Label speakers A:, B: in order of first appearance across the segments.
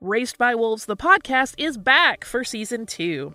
A: Raced by Wolves, the podcast, is back for season two.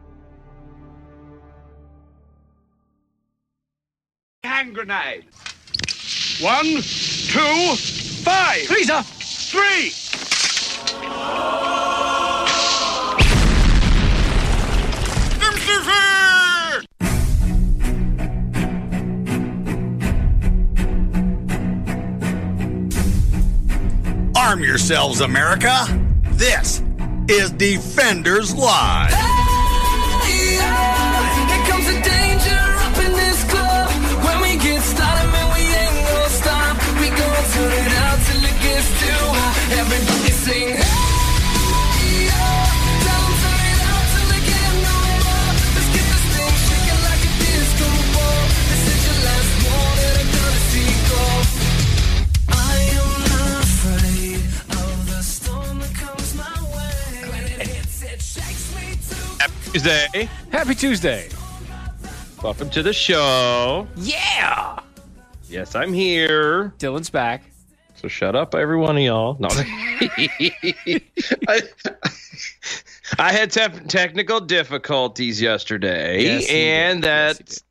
B: hand grenade. One, two, five. Lisa. Three.
C: Arm yourselves, America. This is Defenders Live.
D: Here comes the danger up in this club. When we get started, man, we ain't gonna stop. We gonna turn it out till it gets too hot. Everybody sing. "Hey, yo." Tell 'em turn it out till they can't no more. Let's get this thing shaking like a disco ball. This is your last warning, they're gonna see go. I am not afraid of the storm that comes my way. When it hits, it shakes me to
E: Tuesday.
F: Happy Tuesday.
E: Welcome to the show.
F: Yeah.
E: Yes, I'm here.
F: Dylan's back.
E: So shut up, every one of y'all. No. I, I had tef- technical difficulties yesterday,
F: Yes, you did.
E: and
F: Yes, you
E: that's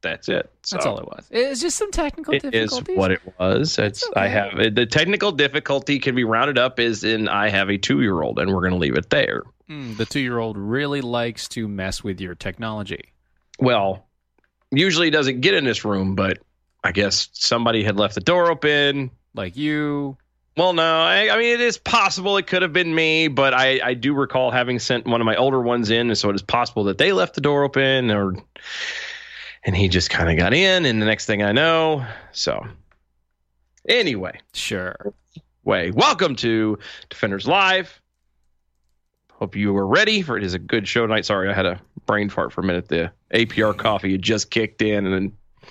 E: that's it. So
F: That's all it was. It's just some technical
E: It is
F: difficulties.
E: what it was. It's, I
F: okay.
E: have the technical difficulty can be rounded up as in I have a two year old, and we're going to leave it there.
F: Mm, the two-year-old really likes to mess with your technology.
E: well, usually doesn't get in this room, but I guess somebody had left the door open.
F: Like you.
E: Well, no, I, I mean, it is possible it could have been me, but I, I do recall having sent one of my older ones in, and so it is possible that they left the door open or. And he just kind of got in, and the next thing I know, so. Anyway,
F: Sure.
E: way, welcome to Defenders Live. Hope you were ready for it is a good show tonight. Sorry, I had a brain fart for a minute. The APR coffee had just kicked in, and then it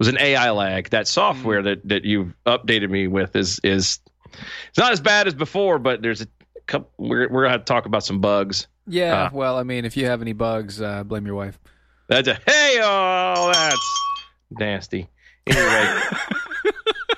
E: was an AI lag. That software that that you've updated me with is is it's not as bad as before, but there's a couple. We're we're gonna have to talk about some bugs.
F: Yeah.
E: Uh.
F: well, I mean, if you have any bugs, uh, blame your wife.
E: That's a hey, oh, that's nasty. Anyway. E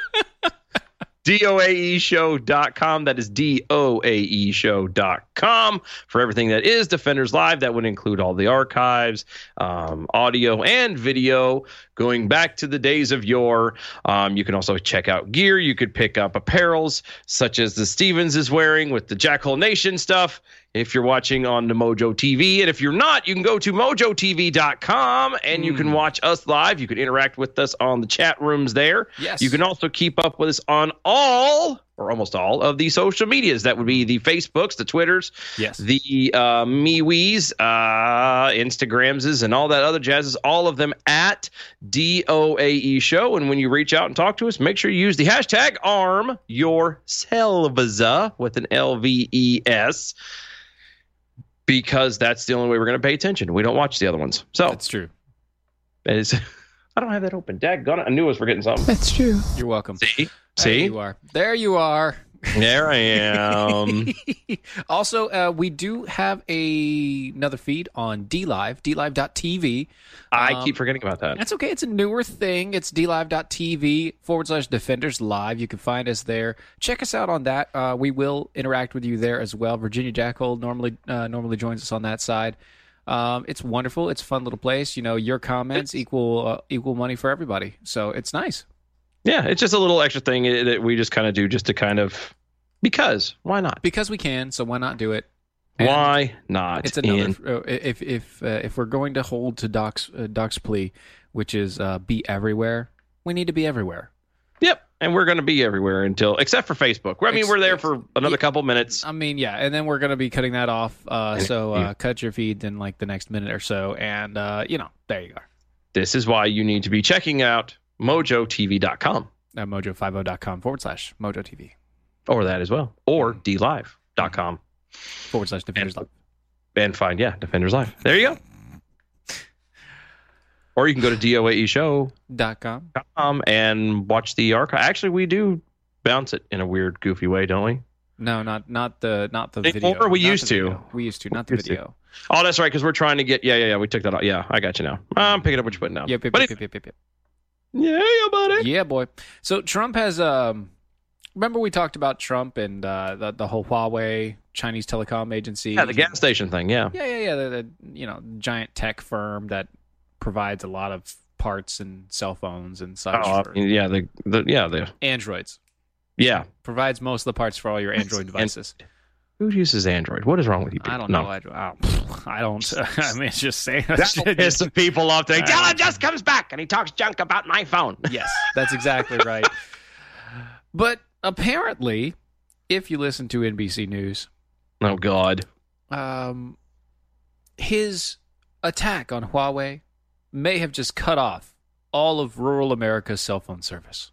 E: DOAEshow.com. That is E DOAEshow.com for everything that is Defenders Live. That would include all the archives, um, audio, and video going back to the days of yore. Um, you can also check out gear. You could pick up apparels such as the Stevens is wearing with the Jackhole Nation stuff if you're watching on the Mojo TV. And if you're not, you can go to mojotv.com and you can watch us live. You can interact with us on the chat rooms there.
F: Yes.
E: You can also keep up with us on all or almost all of the social medias. That would be the Facebooks, the Twitters,
F: Yes.
E: the uh, MeWe's, uh, Instagrams, and all that other jazzes, all of them at DOAE E Show. And when you reach out and talk to us, make sure you use the hashtag arm yourselves uh, with an L V E S because that's the only way we're going to pay attention. We don't watch the other ones. So
F: That's true.
E: that is. I don't have that open. Dag, I knew I was forgetting something.
F: That's true. You're welcome.
E: See?
F: There
E: See?
F: you are. There you are.
E: There I am.
F: also, uh, we do have a, another feed on DLive, DLive.tv.
E: I keep forgetting about that.
F: Um, That's okay. It's a newer thing. It's DLive.tv forward slash Defenders Live. You can find us there. Check us out on that. Uh, we will interact with you there as well. Virginia Jackhold normally uh, normally joins us on that side. Um, it's wonderful. It's a fun little place. You know, your comments equal uh, equal money for everybody. So it's nice.
E: Yeah, it's just a little extra thing i- that we just kind of do just to kind of because why not?
F: because we can. So why not do it? And
E: Why not?
F: It's another.
E: And
F: uh, if if uh, if we're going to hold to Doc's uh, Doc's plea, which is uh, be everywhere, we need to be everywhere.
E: yep. And we're going to be everywhere until except for Facebook. I mean,
F: Ex-
E: we're there for another couple minutes.
F: I mean, yeah, and then we're gonna be cutting that off. Uh, so uh, cut your feed in like the next minute or so, and uh, you know, there you are.
E: This is why you need to be checking out mojotv.com
F: Uh, mojo50.com forward slash mojo TV
E: or that as well or dlive.com
F: forward slash defenders love.
E: and find yeah, Defenders Live. There you go. Or you can go to doaeshow.com
F: dot com.
E: um, and watch the archive. Actually, we do bounce it in a weird goofy way, don't we?
F: No, not not the not the
E: They-
F: video.
E: or we
F: Not the
E: used to.
F: video. We used to, not the
E: Used to.
F: video.
E: Oh, that's right, because we're trying to get. Yeah, yeah, yeah. We took that off. Yeah, I got you now. I'm picking up what you're putting down.
F: Yep, yep,
E: But
F: yep,
E: it-
F: yep, yep, yep, yep.
E: yeah, yeah, buddy.
F: Yeah, boy. So Trump has um remember we talked about Trump and uh the, the whole Huawei Chinese telecom agency.
E: Yeah, the gas station thing. Yeah.
F: Yeah, yeah, yeah, the, the you know, giant tech firm that provides a lot of parts and cell phones and such
E: Oh,
F: for
E: I mean, yeah, the, the yeah the
F: Androids.
E: yeah.
F: Provides most of the parts for all your Android devices.
E: Who uses Android? What is wrong with you? People?
F: I don't
E: No.
F: know. I, don't- I don't. I mean, it's just saying.
E: That'll piss the people off. They
F: I
E: tell
F: don't-
E: him just comes back and he talks junk about my phone.
F: Yes, that's exactly right. But apparently, if you listen to NBC News,
E: Oh God.
F: um, his attack on Huawei may have just cut off all of rural America's cell phone service.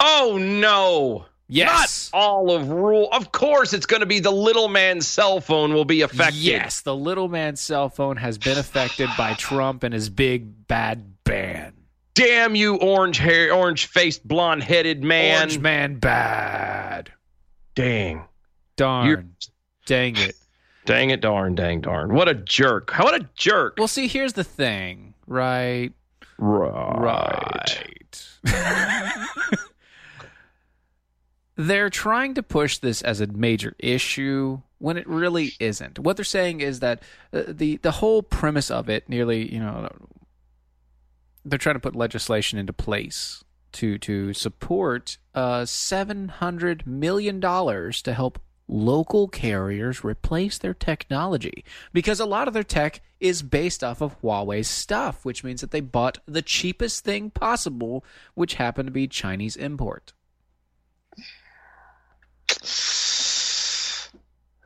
E: Oh no.
F: Yes.
E: Not all of rule. Of course, it's going to be the little man's cell phone will be affected.
F: Yes, the little man's cell phone has been affected by Trump and his big bad ban.
E: Damn you, orange hair, orange faced, blonde headed man.
F: Orange man bad.
E: Dang.
F: Darn.
E: You're-
F: Dang it.
E: Dang it, darn, dang, darn. What a jerk. What a jerk.
F: Well, see, here's the thing, right?
E: right.
F: Right. they're trying to push this as a major issue when it really isn't. What they're saying is that uh, the the whole premise of it, nearly, you know, they're trying to put legislation into place to to support uh, seven hundred million dollars to help local carriers replace their technology because a lot of their tech is based off of Huawei's stuff, which means that they bought the cheapest thing possible, which happened to be Chinese import.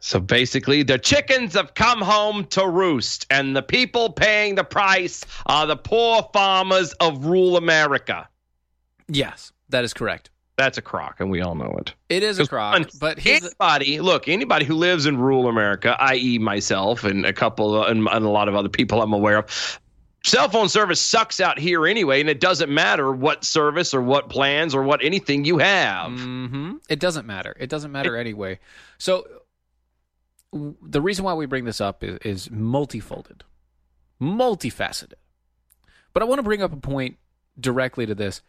E: So basically, the chickens have come home to roost, and the people paying the price are the poor farmers of rural America.
F: Yes, that is correct.
E: That's a crock, and we all know it.
F: It is a crock,
E: And
F: but here's the-
E: anybody, look, anybody who lives in rural America, i.e., myself and a couple uh, and, and a lot of other people I'm aware of, cell phone service sucks out here anyway, and it doesn't matter what service or what plans or what anything you have.
F: Mhm. It doesn't matter. It doesn't matter anyway. So w- the reason why we bring this up is, is multifolded, multifaceted. But I want to bring up a point directly to this.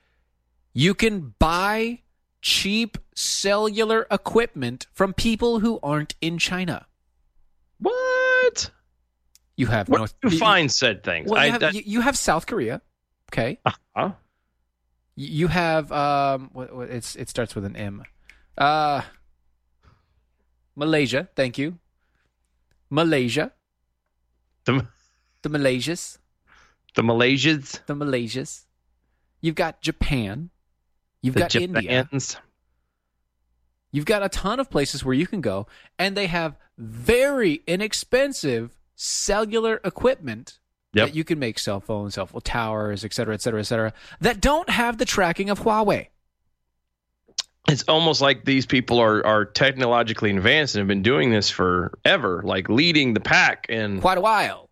F: You can buy cheap cellular equipment from people who aren't in China.
E: What?
F: You have
E: Where
F: North.
E: do you find said things?
F: Well, you,
E: I-
F: have,
E: that-
F: you, you have South Korea. Okay.
E: huh?
F: You- You have um, what, what, it's it starts with an M. Uh, Malaysia. Thank you. Malaysia.
E: The,
F: The Malaysias.
E: the Malaysians,
F: The Malaysias. You've got Japan. You've
E: the
F: got India.
E: Japans.
F: You've got a ton of places where you can go, and they have very inexpensive cellular equipment
E: Yep.
F: that you can make cell phones, cell phone towers, et cetera, et cetera, et cetera, that don't have the tracking of Huawei.
E: it's almost like these people are are technologically advanced and have been doing this forever, like leading the pack. And
F: Quite a while.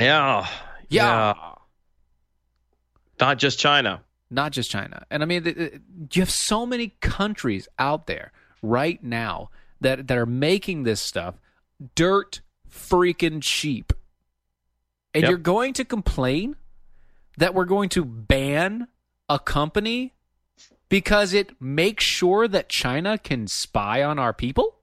E: yeah,
F: Yeah.
E: not just China.
F: not just China. And I mean, th- th- you have so many countries out there right now that that are making this stuff dirt freaking cheap. And
E: Yep.
F: you're going to complain that we're going to ban a company because it makes sure that China can spy on our people?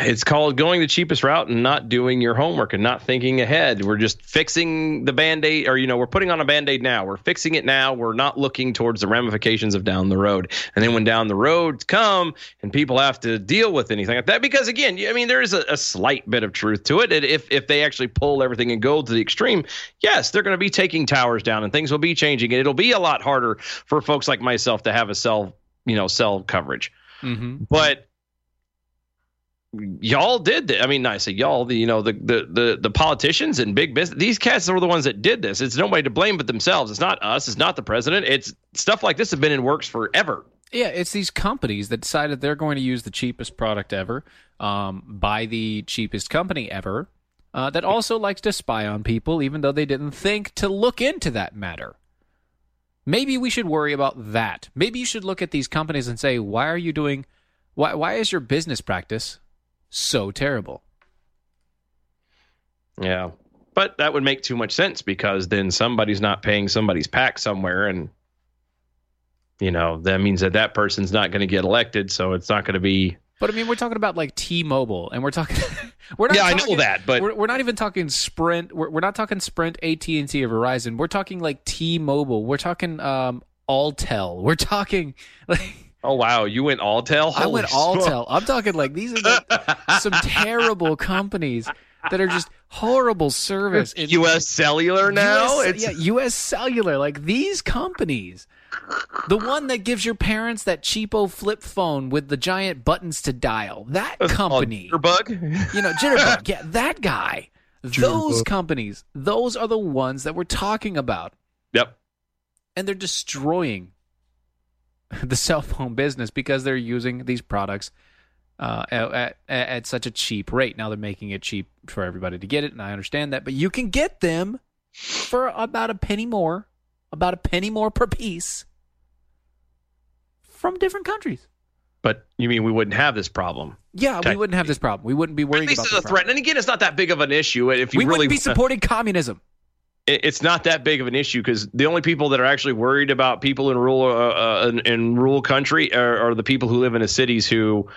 E: It's called going the cheapest route and not doing your homework and not thinking ahead. We're just fixing the band aid, or, you know, we're putting on a band aid now. We're fixing it now. We're not looking towards the ramifications of down the road. And then when down the roads come and people have to deal with anything like that, because again, you- I mean, there is a, a slight bit of truth to it. And if, if they actually pull everything and go to the extreme, yes, they're going to be taking towers down and things will be changing. And it'll be a lot harder for folks like myself to have a cell, you know, cell coverage.
F: Mm-hmm.
E: But y'all did that. I mean, I say y'all, the, you know, the, the the the politicians and big business. These cats are the ones that did this. It's nobody to blame but themselves. It's not us. It's not the president. It's stuff like this have been in works forever.
F: Yeah, it's these companies that decided they're going to use the cheapest product ever, um, buy the cheapest company ever, uh, that also likes to spy on people, even though they didn't think to look into that matter. Maybe we should worry about that. Maybe you should look at these companies and say, why are you doing, why, why is your business practice so terrible?
E: Yeah. But that would make too much sense because then somebody's not paying somebody's pack somewhere and you know, that means that that person's not going to get elected, so it's not going to be
F: But I mean, we're talking about like T-Mobile, and we're talking. we're not
E: Yeah, I know
F: talking,
E: that, but-
F: we're, we're not even talking Sprint. We're, we're not talking Sprint, AT and T, or Verizon. We're talking like T-Mobile. We're talking um, Alltel. We're talking. Like,
E: Oh wow, you went all tell.
F: I went Alltel. I'm talking like these are like, some terrible companies that are just horrible service. It's-
E: US Cellular now.
F: US,
E: it's
F: yeah, U.S. Cellular, like these companies, the one that gives your parents that cheapo flip phone with the giant buttons to dial. That company,
E: bug.
F: you know, Jitterbug. yeah, that guy. Those companies, those are the ones that we're talking about,
E: Yep.
F: and they're destroying the cell phone business because they're using these products uh, at, at at such a cheap rate. Now they're making it cheap for everybody to get it, and I understand that, but you can get them for about a penny more, about a penny more per piece from different countries.
E: But you mean we wouldn't have this problem?
F: Yeah, we
E: Tech-
F: wouldn't have this problem. We wouldn't be worried
E: At least
F: about
E: it's
F: this
E: a
F: problem.
E: threat. And again, it's not that big of an issue. If you
F: We
E: really
F: wouldn't be supporting communism.
E: it- it's not that big of an issue because the only people that are actually worried about people in rural uh, uh, in, in rural country are, are the people who live in the cities who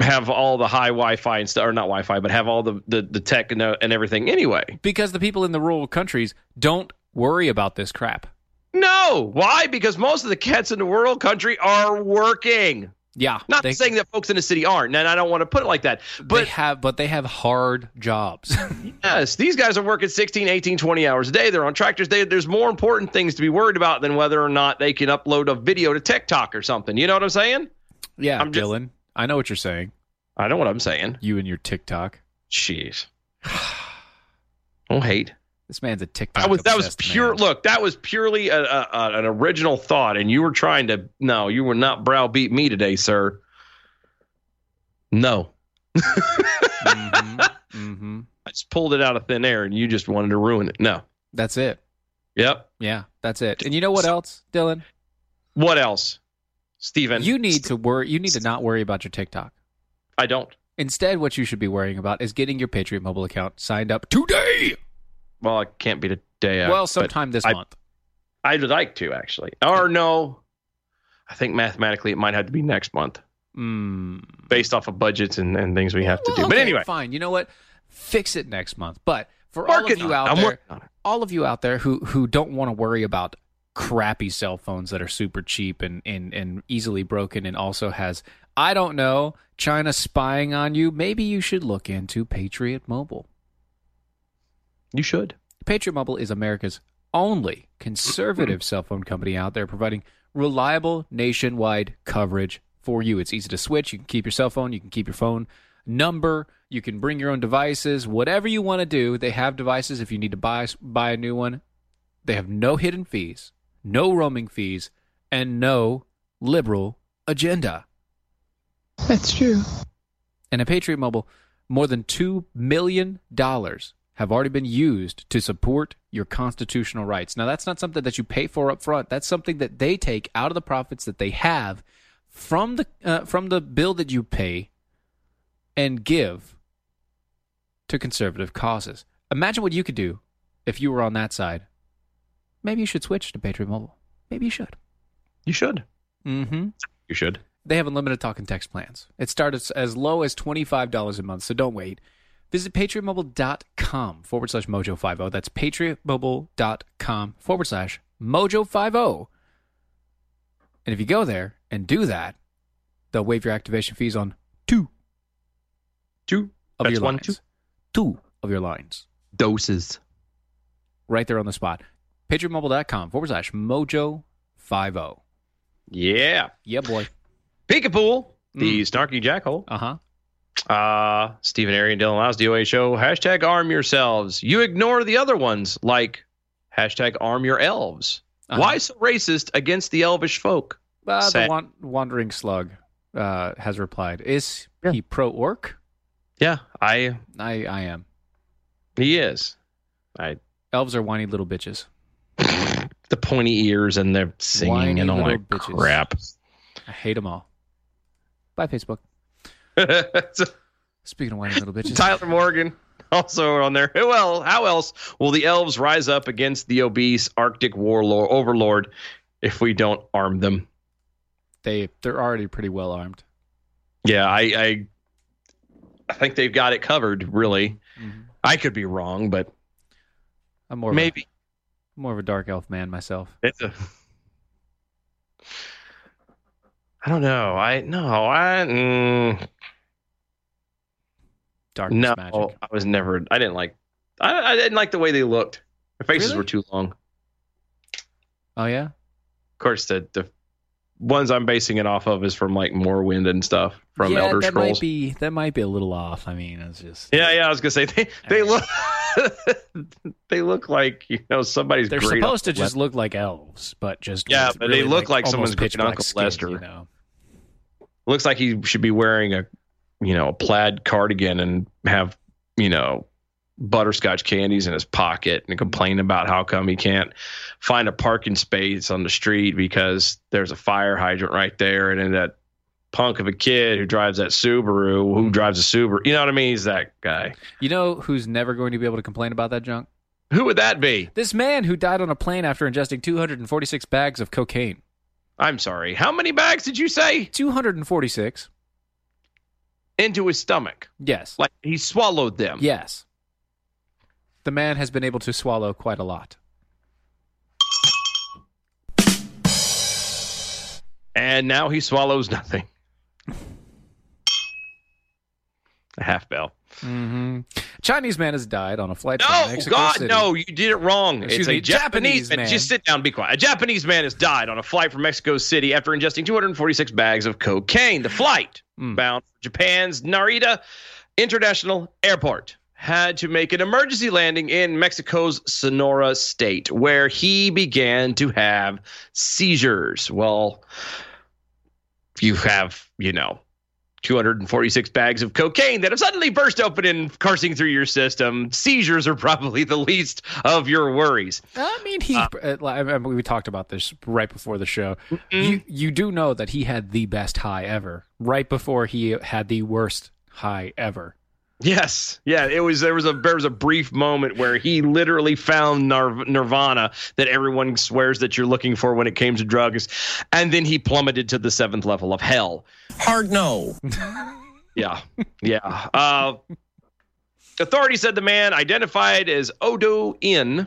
E: have all the high Wi-Fi and stuff, or not Wi-Fi, but have all the the, the tech and, uh, and everything anyway.
F: because the people in the rural countries don't worry about this crap.
E: No, why? Because most of the cats in the rural country are working.
F: Yeah,
E: Not
F: they,
E: saying that folks in the city aren't, and I don't want to put it like that.
F: they
E: But
F: have, but they have hard jobs.
E: Yes, these guys are working 16, 18, 20 hours a day. They're on tractors. They, there's more important things to be worried about than whether or not they can upload a video to TikTok or something. You know what I'm saying?
F: yeah,
E: I'm just-
F: Dylan, I know what you're saying.
E: I know what I'm saying.
F: You and your TikTok.
E: Jeez. Don't hate.
F: This man's a TikTok.
E: That was that was
F: obsessed
E: pure.
F: man.
E: Look, that was purely a, a, a- an original thought, and you were trying to. No, you were not browbeat me today, sir. No,
F: Mhm, mhm.
E: I just pulled it out of thin air, and you just wanted to ruin it. No.
F: That's it.
E: Yep.
F: Yeah, that's it. And you know what else, Dylan?
E: What else, Steven?
F: You need to worry. You need to not worry about your TikTok.
E: I don't.
F: Instead, what you should be worrying about is getting your Patriot Mobile account signed up today.
E: Well, it can't be today. uh,
F: well,
E: but-
F: sometime this
E: I-
F: month.
E: I'd like to actually. Or no, I think mathematically it might have to be next month
F: Mm.
E: based off of budgets and, and things we have to
F: Well,
E: do. But
F: okay,
E: anyway,
F: fine. You know what? Fix it next month. But for all
E: working
F: of you
E: on it.
F: out
E: I'm
F: there,
E: working on it.
F: all of you out there who who don't want to worry about crappy cell phones that are super cheap and and and easily broken, and also has I don't know China spying on you. Maybe you should look into Patriot Mobile.
E: You should.
F: Patriot Mobile is America's only conservative cell phone company out there providing reliable nationwide coverage for you. It's easy to switch. You can keep your cell phone, you can keep your phone number, you can bring your own devices, whatever you want to do. They have devices if you need to buy buy a new one. They have no hidden fees, no roaming fees, and no liberal agenda. And at Patriot Mobile, more than $2 million have already been used to support your constitutional rights. Now, that's not something that you pay for up front. That's something that they take out of the profits that they have from the uh, from the bill that you pay and give to conservative causes. Imagine what you could do if you were on that side. Maybe you should switch to Patriot Mobile. Maybe you should.
E: You should.
F: Mm-hmm.
E: You should.
F: They have unlimited talk and text plans. It starts as low as $25 a month, so don't wait. Visit patriotmobile.com forward slash mojo50. That's patriotmobile.com forward slash mojo50. And if you go there and do that, they'll waive your activation fees on two
E: Two.
F: of
E: That's
F: your
E: one,
F: lines.
E: two.
F: two of your lines.
E: Doses.
F: Right there on the spot. patriotmobile.com forward slash mojo50.
E: Yeah.
F: Yeah, boy.
E: Peekapool,
F: Mm.
E: the snarky jackal.
F: Uh huh.
E: Uh, Stephen Arian, Dylan Lyles, DOA show. Hashtag arm yourselves. You ignore the other ones like hashtag arm your elves.
F: Uh-huh.
E: Why so racist against the elvish folk?
F: Uh, the
E: Sad.
F: wan- wandering slug uh, has replied. Is he pro orc?
E: Yeah, I
F: I, I am.
E: he is. I
F: Elves are whiny little bitches.
E: the pointy ears and they're singing
F: Whiny
E: and all
F: little
E: that
F: bitches.
E: crap.
F: I hate them all. Bye, Facebook.
E: So,
F: Speaking of whiny little bitches,
E: Tyler Morgan also on there. Well, how else will the elves rise up against the obese Arctic warlord overlord if we don't arm them?
F: they they're already pretty well armed.
E: Yeah, I, I, I think they've got it covered. Really,
F: Mm-hmm.
E: I could be wrong, but
F: I'm more
E: maybe
F: of a, more of a dark elf man myself.
E: it's a. I don't know. I no. I mm,
F: Dark
E: no.
F: magic.
E: I was never. I didn't like. I, I didn't like the way they looked. Their faces
F: Really?
E: were too long. Of
F: Oh yeah,
E: course, the the ones I'm basing it off of is from like Morrowind and stuff from
F: yeah,
E: Elder
F: that
E: Scrolls.
F: might be that might be a little off. I mean, it's just
E: yeah, yeah. I was gonna say they they look they look like you know somebody's.
F: they're
E: great
F: supposed to
E: on the
F: just look like elves, but just
E: Yeah,
F: with
E: but they
F: really,
E: look like
F: almost
E: someone's
F: pitch
E: great
F: black
E: Uncle
F: skin,
E: Lester.
F: You know?
E: looks like he should be wearing a you know a plaid cardigan and have you know butterscotch candies in his pocket and complain about how come he can't find a parking space on the street because there's a fire hydrant right there and then that punk of a kid who drives that Subaru who drives a Subaru you know what I mean he's that guy
F: You know who's never going to be able to complain about that junk?
E: who would that be
F: This man who died on a plane after ingesting 246 bags of cocaine.
E: I'm sorry how many bags did you say
F: 246?
E: into his stomach
F: Yes.
E: like he swallowed them
F: Yes. The man has been able to swallow quite a lot.
E: and now he swallows nothing a half bell
F: Mm-hmm. Chinese man has died on a flight
E: No,
F: from Mexico
E: God,
F: City.
E: no, you did it wrong.
F: Excuse
E: it's a
F: me,
E: Japanese,
F: Japanese
E: man.
F: man.
E: Just sit down, be quiet. A Japanese man has died on a flight from Mexico City after ingesting 246 bags of cocaine. The flight,
F: Mm.
E: bound for Japan's Narita International Airport, had to make an emergency landing in Mexico's Sonora state, where he began to have seizures. Well, if you have, you know, 246 bags of cocaine that have suddenly burst open and coursing through your system. Seizures are probably the least of your worries.
F: I mean,
E: Ah.
F: he. uh, like, I mean, we talked about this right before the show. You you do know that he had the best high ever, right before he had the worst high ever.
E: Yes, yeah. It was there was a there was a brief moment where he literally found nirv- nirvana that everyone swears that you're looking for when it came to drugs, and then he plummeted to the seventh level of hell.
G: Hard no.
E: Yeah, yeah. Uh, authorities said the man identified as Odo In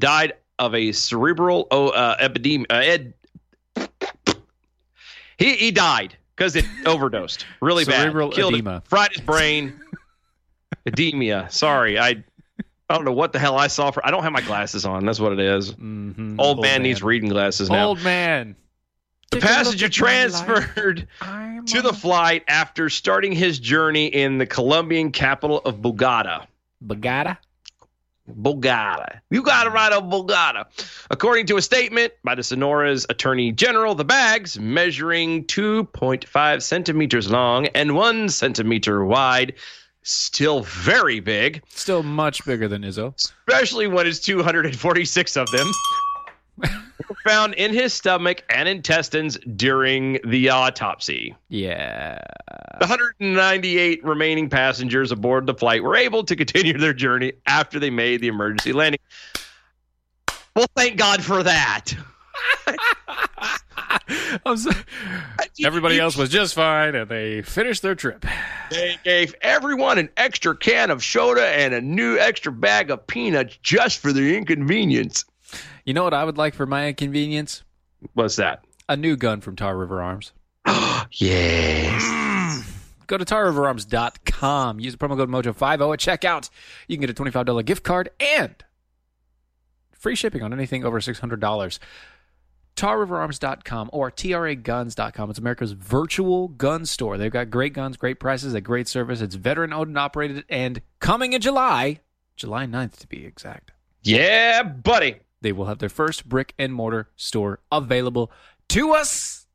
E: died of a cerebral oh, uh, epidemic. Uh, ed- he he died because it overdosed really
F: Cerebral
E: bad. Killed his-
F: edema.
E: fried his brain. Edema. Sorry, I. I don't know what the hell I saw for. I don't have my glasses on. That's what it is.
F: Mm-hmm.
E: Old, man, needs reading glasses now.
F: Old man.
E: the
F: Take a look
E: passenger
F: at my life.
E: transferred
F: I'm
E: to the flight after starting his journey in the Colombian capital of Bogota.
F: Bagata.
E: Bogota. You got it right on Bogota. According to a statement by the Sonora's Attorney General, the bags, measuring 2.5 centimeters long and 1 centimeter wide, still very big,
F: Still much bigger than Izzo.
E: especially when it's 246 of them. were found in his stomach and intestines during the autopsy.
F: Yeah.
E: The 198 remaining passengers aboard the flight were able to continue their journey after they made the emergency landing. Well, thank God for that.
F: I'm so- Everybody else was just fine, and they finished their trip.
E: They gave everyone an extra can of soda and a new extra bag of peanuts just for their inconvenience.
F: You know what I would like for my inconvenience?
E: What's that?
F: A new gun from Tar River Arms.
E: Yes.
F: Go to tarriverarms.com. Use the promo code Mojo50 at checkout. You can get a $25 gift card and free shipping on anything over $600. TarRiverArms.com or TRAGuns.com. It's America's virtual gun store. They've got great guns, great prices, a great service. It's veteran owned and operated and coming in July, July 9th to be exact.
E: Yeah, buddy.
F: They will have their first brick and mortar store available to us.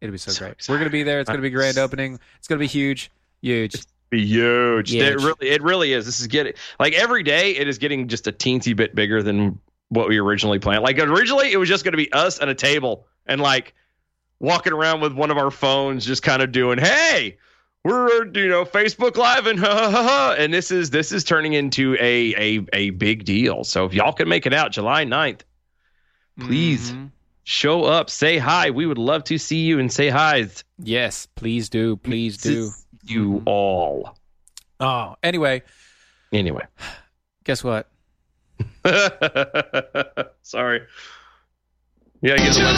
F: It'll be so, great. We're going to be there. It's going to be grand opening. It's going to be huge, huge.
E: Be huge.
F: Huge.
E: It really, it really is. This is getting like every day. It is getting just a teensy bit bigger than what we originally planned. Like originally, it was just going to be us and a table and like walking around with one of our phones, just kind of doing, "Hey, we're you know Facebook Live and ha ha ha." ha." And this is this is turning into a a a big deal. So if y'all can make it out July 9th, please show up, say hi. We would love to see you and say hi.
F: Mm-hmm. Yes, please do. Please do.
E: you all.
F: Oh, anyway,
E: Anyway.
F: guess what?
E: Sorry. You gotta get the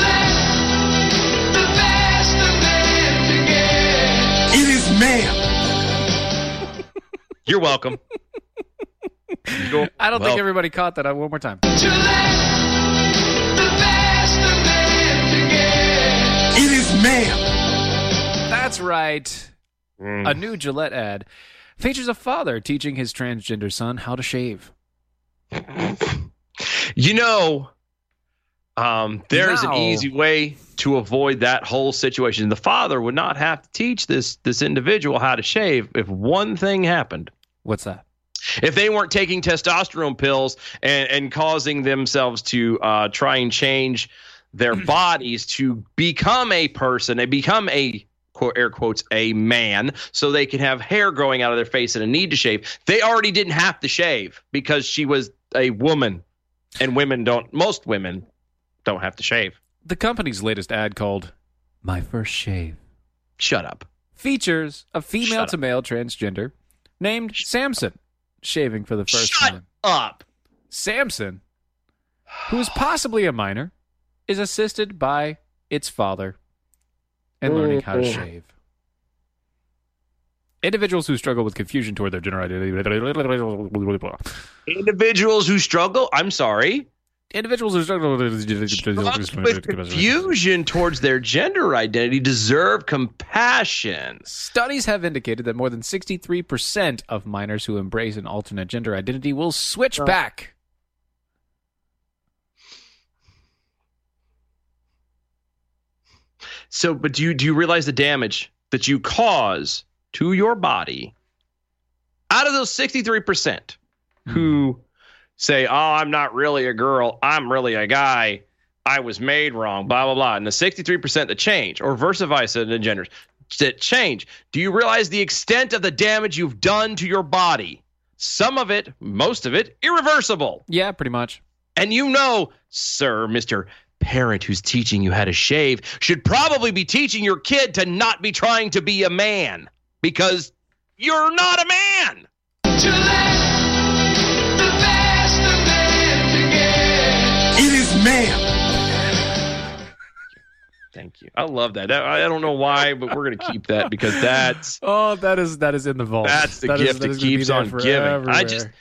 C: It is man.
E: You're welcome. You're
F: I don't think
E: welcome.
F: everybody caught that. Uh, One more time.
C: It is man.
F: That's right. A new Gillette ad features a father teaching his transgender son how to shave.
E: You know, um, there's an
F: No.
E: easy way to avoid that whole situation. The father would not have to teach this this individual how to shave if one thing happened.
F: What's that?
E: if they weren't taking testosterone pills and, and causing themselves to uh, try and change their
F: Mm-hmm.
E: bodies to become a person and become a quote air quotes a man so they can have hair growing out of their face and a need to shave they already didn't have to shave because she was a woman and women don't most women don't have to shave
F: The company's latest ad called My First Shave.
E: shut up
F: features a
E: Shut
F: female
E: up.
F: to male transgender named Samson shaving for the first
E: shut
F: time.
E: up
F: Samson, who is possibly a minor, is assisted by its father and learning how to shave. Individuals who struggle with confusion toward their gender identity.
E: individuals who struggle i'm sorry
F: Individuals who struggle
E: Struggle with confusion towards their gender identity deserve compassion.
F: Studies have indicated that more than 63% of minors who embrace an alternate gender identity will switch back.
E: So, but do you do you realize the damage that you cause to your body? Out of those sixty three percent who say, "Oh, I'm not really a girl. I'm really a guy. I was made wrong." Blah blah blah. And the sixty three percent that change, or versa versa, the genders that change. Do you realize the extent of the damage you've done to your body? Some of it, most of it, irreversible.
F: Yeah, pretty much.
E: And you know, sir, Mr. Parent who's teaching you how to shave should probably be teaching your kid to not be trying to be a man because you're not a man.
C: It is man.
E: Thank you. I love that. I, I don't know why, but we're going to keep that because that's
F: Oh, that is that is in the vault.
E: that's the
F: That is-
E: gift
F: that
E: that,
F: is gonna be
E: keeps
F: there
E: on
F: for
E: giving. I just
F: everywhere.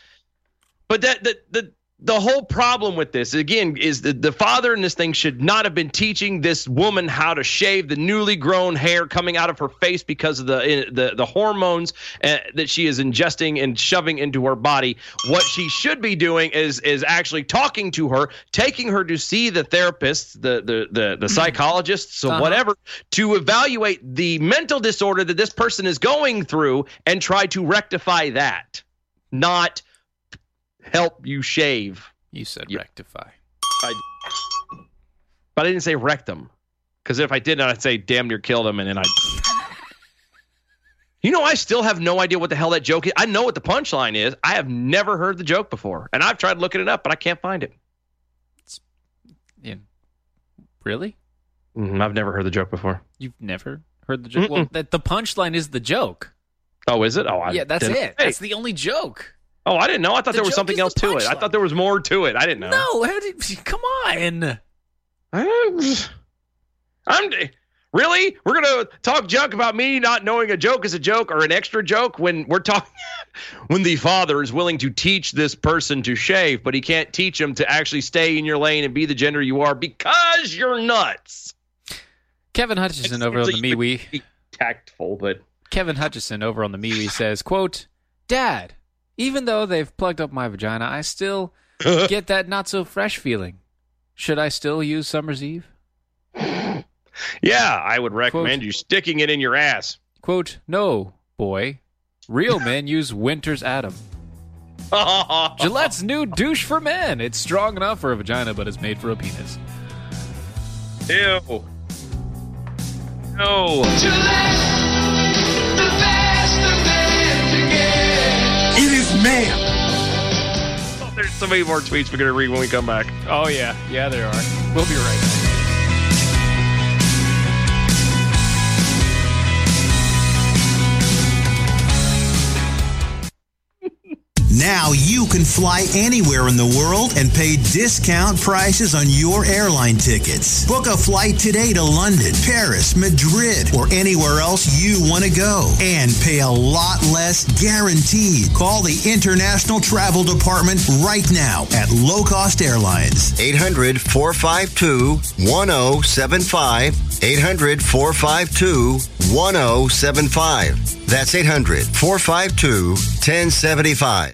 E: But that the the the whole problem with this again is that the father in this thing should not have been teaching this woman how to shave the newly grown hair coming out of her face because of the eh, the, the hormones uh, that she is ingesting and shoving into her body what she should be doing is is actually talking to her taking her to see the therapist the the the, the psychologist so whatever to evaluate the mental disorder that this person is going through and try to rectify that not help you shave.
F: You said
E: Yeah.
F: rectify.
E: I, but I didn't say wrecked them. Because if I did, I'd say damn near killed him. And then I. You know, I still have no idea what the hell that joke is. I know what the punchline is. I have never heard the joke before. And I've tried looking it up, but I can't find it.
F: Yeah. Really?
E: Mm, I've never heard the joke before.
F: You've never heard the joke? Well, that the punchline is the joke.
E: Oh, is it? Oh, I
F: yeah, that's it.
E: didn't- Hey.
F: That's the only joke.
E: oh, I didn't know. I thought
F: The
E: there was
F: joke
E: something
F: is the
E: else to it. I
F: punchline.
E: thought there was more to it. I didn't know.
F: No, how did, come on.
E: I- I'm really. We're gonna talk junk about me not knowing a joke is a joke or an extra joke when we're talking when the father is willing to teach this person to shave, but he can't teach him to actually stay in your lane and be the gender you are because you're nuts.
F: Kevin Hutchinson over on the
E: Seriously,
F: MeWe.
E: Be tactful, but
F: Kevin Hutchison over on the MeWe says, quote, Dad, even though they've plugged up my vagina, I still get that not so fresh feeling. Should I still use Summer's Eve?
E: yeah, I would recommend
F: Quote.
E: you sticking it in your ass.
F: Quote, no, boy. Real men use Winter's Atom. Gillette's new douche for men. It's strong enough for a vagina, but it's made for a penis.
E: Ew. No.
C: It is man.
E: There's so many more tweets we're gonna read when we come back.
F: Oh, yeah. Yeah, there are. We'll be right back.
G: Now you can fly anywhere in the world and pay discount prices on your airline tickets. Book a flight today to London, Paris, Madrid, or anywhere else you want to go and pay a lot less guaranteed. Call the International Travel Department right now at Low Cost Airlines.
H: 800 452 1075. 800 452 1075. That's 800 452 1075.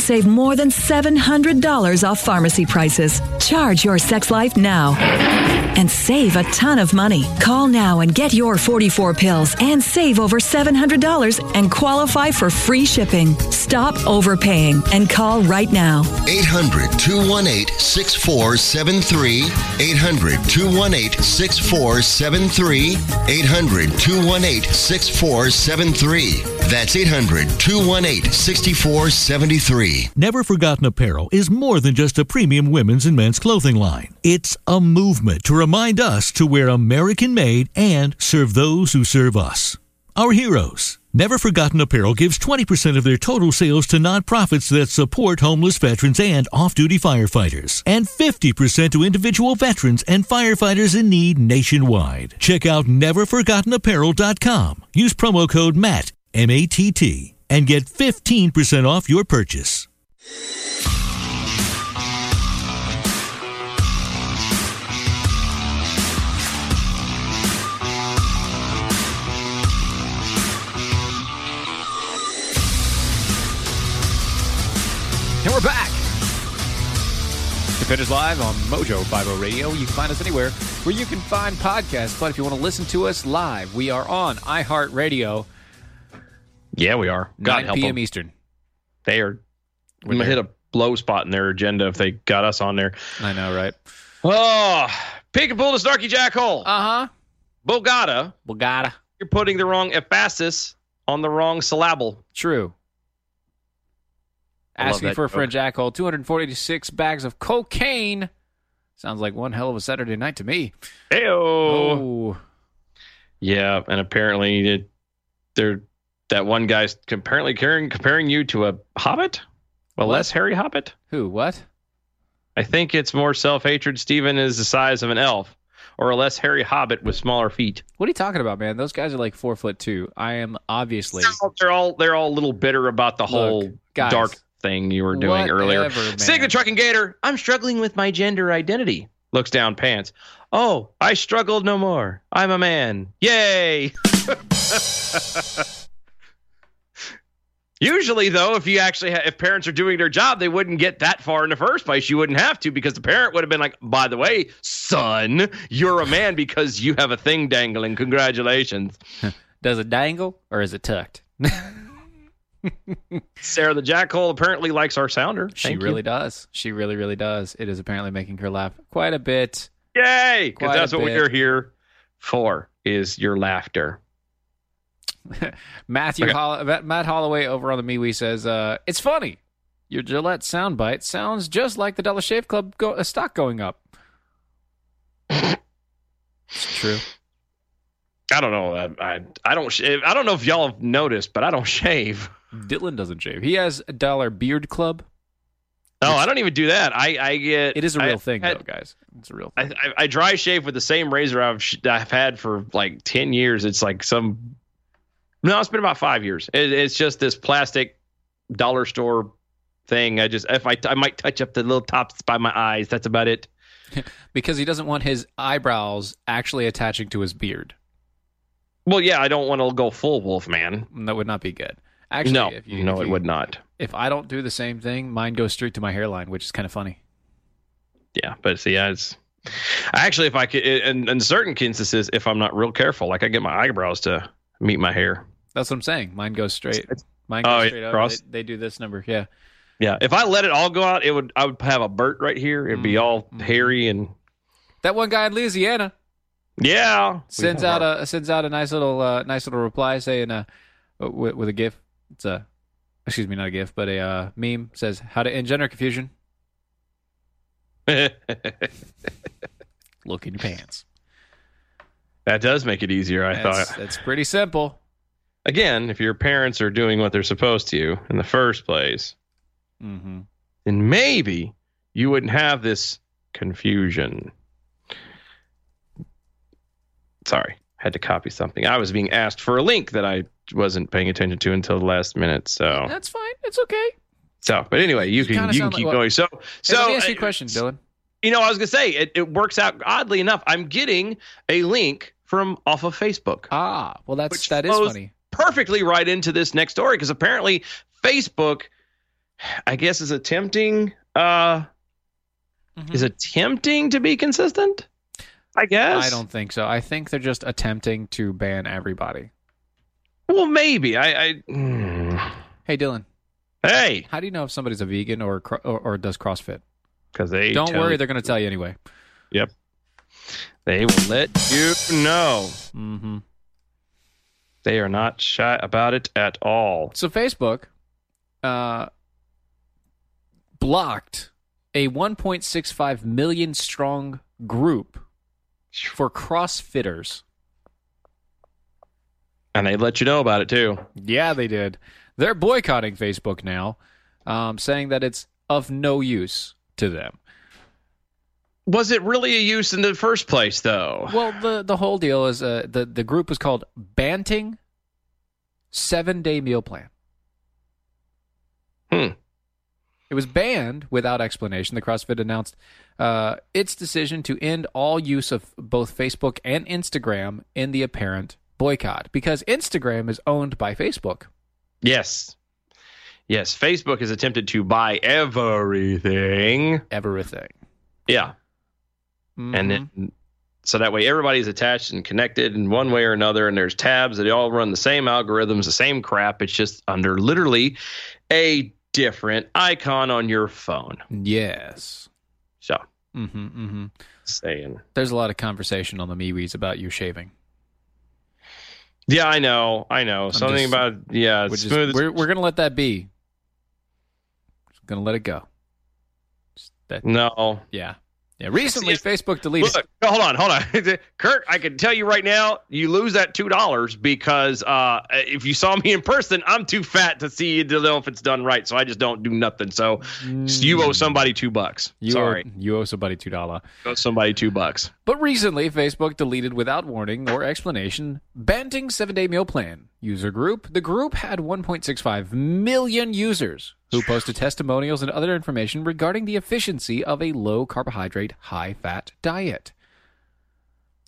I: save more than $700 off pharmacy prices. Charge your sex life now and save a ton of money. Call now and get your 44 pills and save over $700 and qualify for free shipping. Stop overpaying and call right now.
H: 800 218 6473. 800 218 6473. 800 218 6473. That's 800 218 6473.
J: Never Forgotten Apparel is more than just a premium women's and men's clothing line. It's a movement to remind us to wear American made and serve those who serve us. Our heroes. Never Forgotten Apparel gives 20% of their total sales to nonprofits that support homeless veterans and off duty firefighters, and 50% to individual veterans and firefighters in need nationwide. Check out neverforgottenapparel.com. Use promo code MATT, M A T T, and get 15% off your purchase.
F: And we're back. Defenders Live on Mojo 50 Radio. You can find us anywhere where you can find podcasts. But if you want to listen to us live, we are on iHeartRadio,
E: Yeah, we are. God
F: 9
E: help
F: p.m.
E: them.
F: Eastern.
E: They are. We might hit a low spot in their agenda if they got us on there.
F: I know, right?
E: Oh, pick and pull the snarky jackhole.
F: Uh huh.
E: Bogata,
F: Well, gotta.
E: you're putting the wrong emphasis on the wrong syllable.
F: True. Asking for a French alcohol, 246 bags of cocaine. Sounds like one hell of a Saturday night to me.
E: Hey,
F: oh.
E: Yeah, and apparently it, they're that one guy's apparently comparing comparing you to a hobbit, a
F: What?
E: less hairy hobbit.
F: Who? What?
E: I think it's more self hatred. Steven is the size of an elf, or a less hairy hobbit with smaller feet.
F: What are you talking about, man? Those guys are like four foot two. I am obviously.
E: They're all they're all a little bitter about the whole
F: guys,
E: dark thing you were doing earlier.
F: whatever, man.
E: Sig the trucking gator. I'm struggling with my gender identity. Looks down pants. Oh, I struggled no more. I'm a man. Yay. Usually, though, if you actually ha- if parents are doing their job, they wouldn't get that far in the first place. You wouldn't have to because the parent would have been like, "By the way, son, you're a man because you have a thing dangling. Congratulations."
F: Does it dangle or is it tucked?
E: Sarah the Jackhole apparently likes our sounder.
F: She
E: Thank you.
F: really does. She really, really does. It is apparently making her laugh quite a bit.
E: Yay!
F: Quite
E: Because that's
F: a
E: what
F: bit.
E: we're here for is your laughter.
F: Matthew
E: Okay.
F: Hol- Matt- Matt Holloway over on the MeWe says, uh, "It's funny. Your Gillette soundbite sounds just like the Dollar Shave Club go- uh, stock going up." it's true.
E: I don't know. I I, I don't. sh- I don't know if y'all have noticed, but I don't shave.
F: Dylan doesn't shave. He has a Dollar Beard Club.
E: No, I don't even do that. I I get.
F: It is a
E: I
F: real thing,
E: had-
F: though, guys. It's a real
E: I,
F: thing.
E: I, I dry shave with the same razor I've sh- I've had for like ten years. It's like some. No, it's been about five years. It, it's just this plastic dollar store thing. I just if I t- I might touch up the little tops by my eyes. That's about it.
F: because he doesn't want his eyebrows actually attaching to his beard.
E: Well, yeah, I don't want to go full wolf man.
F: And That would not be good. Actually,
E: no,
F: if you,
E: no,
F: if
E: it
F: you-
E: would not.
F: If I don't do the same thing, mine goes straight to my hairline, which is kind of funny.
E: yeah but see yeah, it's actually if i could in, in certain instances if i'm not real careful like i get my eyebrows to meet my hair
F: That's what I'm saying. Mine goes straight. Mine
E: Oh,
F: goes
E: yeah,
F: straight up.
E: cross.
F: They, they do this number. Yeah.
E: yeah if i let it all go out it would i would have a burt right here it'd
F: Mm-hmm.
E: be all hairy and
F: That one guy in Louisiana
E: yeah
F: sends out a sends out a nice little uh, nice little reply saying uh with, with a gif. It's a excuse me, not a gif, but a uh, meme says how to end gender confusion. Look in your pants.
E: that does make it easier i
F: That's,
E: thought
F: that's pretty simple.
E: again if your parents are doing what they're supposed to in the first place
F: Mm-hmm.
E: then maybe you wouldn't have this confusion. Sorry, had to copy something. I was being asked for a link that I wasn't paying attention to until the last minute. So,
F: That's fine. It's okay.
E: so, but anyway, you, can
F: kinda
E: you can
F: sound like-
E: keep
F: well-
E: going. So,
F: So
E: so
F: let me ask you a
E: uh,
F: question, Dylan.
E: You know, I was gonna say it, it works out oddly enough. I'm getting a link from off of Facebook.
F: Ah, well, that's
E: Which
F: that is
E: flows-
F: funny.
E: perfectly right into this next story because apparently Facebook, I guess, is attempting uh
F: Mm-hmm.
E: is attempting to be consistent. I guess.
F: I don't think so. I think they're just attempting to ban everybody.
E: Well, maybe. I. I hmm.
F: Hey, Dylan,
E: Hey,
F: how do you know if somebody's a vegan or cro- or, or does CrossFit?
E: because they
F: Don't
E: tell-
F: worry, they're going to tell you anyway.
E: Yep. They will let you know.
F: Mm-hmm.
E: They are not shy about it at all.
F: So Facebook uh, blocked a 1.65 million strong group for CrossFitters.
E: And they let you know about it too.
F: Yeah, they did. They're boycotting Facebook now, um, saying that it's of no use to them.
E: Was it really a use in the first place, though?
F: Well, the the whole deal is uh, the the group was called Banting Seven Day Meal Plan.
E: Hmm.
F: It was banned without explanation. The CrossFit announced uh, its decision to end all use of both Facebook and Instagram in the apparent boycott because Instagram is owned by Facebook.
E: Yes. Yes, Facebook has attempted to buy everything.
F: Everything. Mm-hmm.
E: Yeah. And then so that way everybody's attached and connected in one way or another and there's tabs that all run the same algorithms, the same crap. It's just under literally a different icon on your phone.
F: yes.
E: So,
F: Mm-hmm, mm-hmm.
E: saying.
F: There's a lot of conversation on the MeWe's about you shaving.
E: Yeah, I know. I know. Something
F: just-
E: about yeah,
F: We're, just-
E: smooth.
F: we're, we're gonna let that be. Gonna let it go. That-
E: no.
F: Yeah. Yeah. Recently, Facebook deleted.
E: Look, hold on, hold on, Kirk. I can tell you right now, you lose that two dollars because uh, if you saw me in person, I'm too fat to see you to know if it's done right. So I just don't do nothing. So you owe somebody two bucks.
F: Mm. You
E: Sorry,
F: Owe, you owe somebody two dollar.
E: owe somebody two bucks.
F: But recently, Facebook deleted without warning or explanation Banting seven day meal plan user group. The group had 1.65 million users who posted testimonials and other information regarding the efficiency of a low carbohydrate, high fat diet.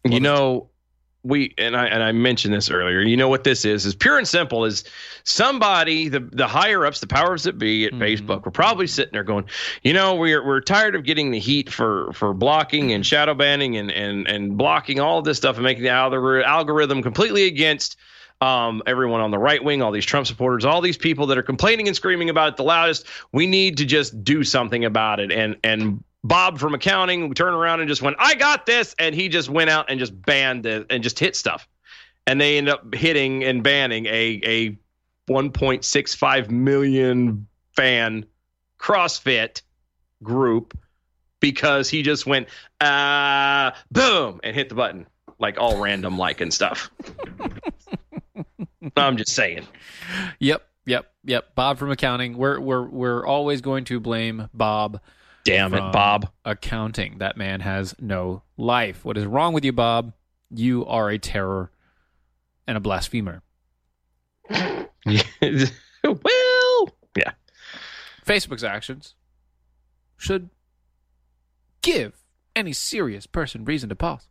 E: you know we and I and I mentioned this earlier. You know what this is is pure and simple is somebody the the higher ups the powers that be at Facebook were probably sitting there going, you know we're we're tired of getting the heat for for blocking and shadow banning and and and blocking all of this stuff and making the algor- algorithm completely against um, everyone on the right wing, all these Trump supporters, all these people that are complaining and screaming about it the loudest. We need to just do something about it. And and Bob from accounting turned around and just went, I got this, and he just went out and just banned it and just hit stuff. And they end up hitting and banning a a 1.65 million fan CrossFit group because he just went uh boom and hit the button like all random like and stuff. I'm just saying.
F: Yep, yep, yep. Bob from accounting. We're we're we're always going to blame Bob.
E: Damn it,
F: from
E: Bob.
F: Accounting. That man has no life. What is wrong with you, Bob? You are a terror and a blasphemer.
E: well, yeah.
F: Facebook's actions should give any serious person reason to pause.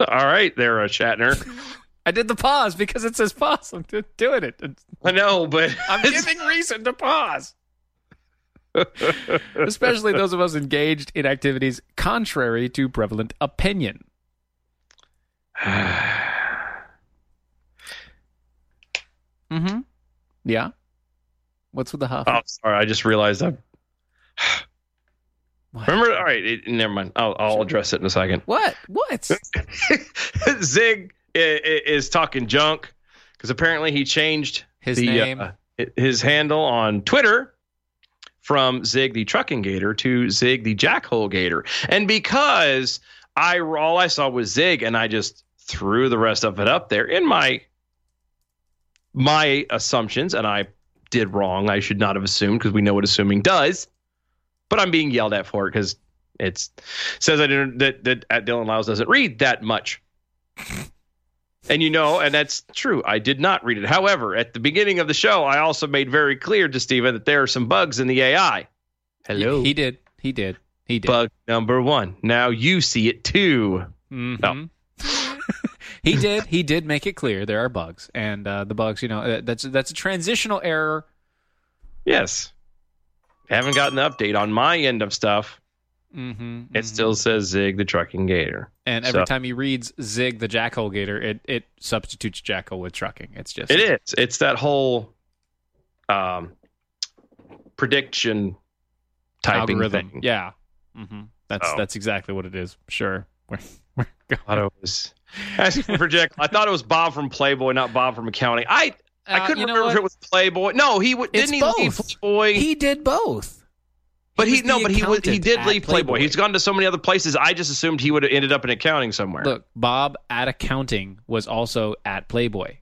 E: All right, there, uh, Shatner.
F: I did the pause because it says pause. I'm do- doing it. It's-
E: I know, but
F: I'm giving reason to pause. Especially those of us engaged in activities contrary to prevalent opinion. mm-hmm. Yeah. What's with the huff?
E: Oh, sorry. I just realized I
F: What?
E: remember. All right, it, never mind. I'll, I'll address it in a second.
F: What? What?
E: Zig i- i- is talking junk because apparently he changed
F: His
E: the,
F: name.
E: uh, hi- his handle on Twitter from Zig the Trucking Gator to Zig the Jackhole Gator, and because I all I saw was Zig, and I just threw the rest of it up there in my my assumptions, and I did wrong. I should not have assumed because we know what assuming does. But I'm being yelled at for it because it's says I didn't that that at Dylan Lyles doesn't read that much. And you know, and that's true. I did not read it. However, at the beginning of the show, I also made very clear to Steven that there are some bugs in the AI. Hello.
F: He did. He did. He did.
E: Bug number one. Now you see it too.
F: Mhm. he did. He did make it clear there are bugs, and uh, the bugs. You know, that- that's that's a transitional error.
E: Yes. Haven't gotten an update on my end of stuff.
F: Mm-hmm.
E: It still says Zig the Trucking Gator.
F: And every
E: So-
F: time he reads Zig the Jackhole Gator, it, it substitutes Jackal with trucking. It's just
E: It is. It's that whole um, prediction typing
F: algorithm.
E: thing.
F: Yeah, hmm that's
E: Oh.
F: that's exactly what it is. Sure. We're, we're
E: I thought it was. As for project, I thought it was Bob from Playboy, not Bob from accounting. I I
F: Uh,
E: couldn't
F: you know
E: remember if
F: what?
E: it was Playboy. No, he w-
F: It's
E: didn't he leave
F: both.
E: Playboy.
F: he did both.
E: but
F: he
E: he,
F: was
E: no,
F: the
E: but he was, he
F: accountant
E: did
F: at
E: leave Playboy.
F: Playboy.
E: He's gone to so many other places. I just assumed he would have ended up in accounting somewhere.
F: Look, Bob at accounting was also at Playboy.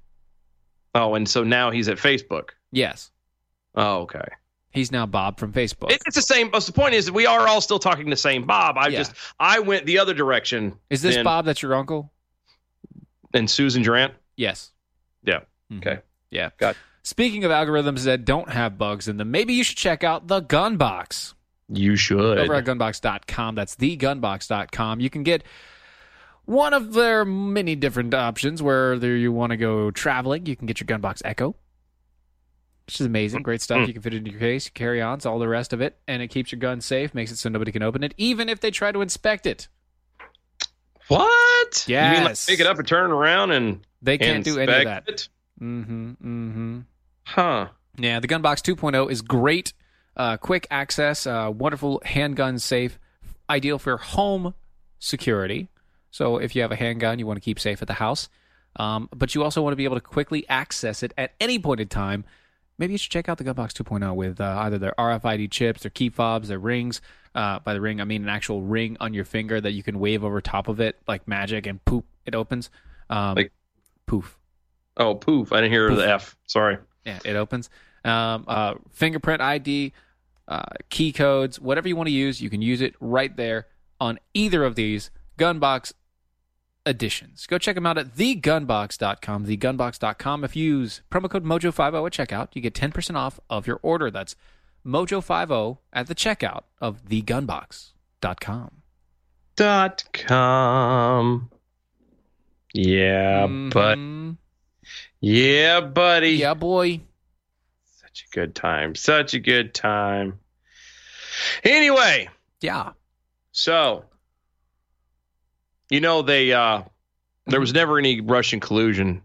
E: Oh, and so now he's at Facebook.
F: Yes,
E: Oh, okay.
F: he's now Bob from Facebook.
E: It- it's the same. But the point is, we are all still talking the same Bob. I
F: Yeah.
E: just I went the other direction.
F: Is this
E: than-
F: Bob that's your uncle?
E: and Susan Durant?
F: Yes.
E: Yeah.
F: Mhm.
E: Okay.
F: Yeah.
E: Got-
F: Speaking of algorithms that don't have bugs in them, maybe you should check out the Gunbox
E: You should.
F: over at gunbox.com. That's thegunbox.com. You can get one of their many different options. Whether you want to go traveling, you can get your Gunbox Echo, which is amazing. Great
E: Mm.
F: stuff. You can fit it into your case, carry ons, all the rest of it, and it keeps your gun safe, makes it so nobody can open it, even if they try to inspect it.
E: What? You mean like
F: Yes.
E: pick it up and turn it around and
F: They can't do any of
E: inspect
F: that.
E: it?
F: Mm hmm. Mm hmm.
E: Huh.
F: Yeah, the Gunbox 2.0 is great. Uh, quick access, uh, wonderful handgun safe, ideal for home security. So if you have a handgun, you want to keep safe at the house, um, but you also want to be able to quickly access it at any point in time, maybe you should check out the Gunbox 2.0 with uh, either their RFID chips, their key fobs, their rings. Uh, by the ring, I mean an actual ring on your finger that you can wave over top of it like magic, and poop, it opens. Um,
E: Like-
F: poof.
E: Oh, poof! I didn't hear the F. Sorry.
F: Yeah, it opens. Um, uh, fingerprint ID, uh, key codes, whatever you want to use, you can use it right there on either of these Gunbox editions. Go check them out at thegunbox.com, thegunbox.com. If you use promo code MOJO50 at checkout, you get 10% off of your order. That's MOJO50 at the checkout of thegunbox.com.
E: Dot com. Yeah,
F: Mm-hmm.
E: but yeah, buddy. Yeah,
F: boy.
E: Such a good time. Such a good time. Anyway,
F: yeah.
E: So, you know they uh there
F: Mm-hmm.
E: was never any Russian collusion.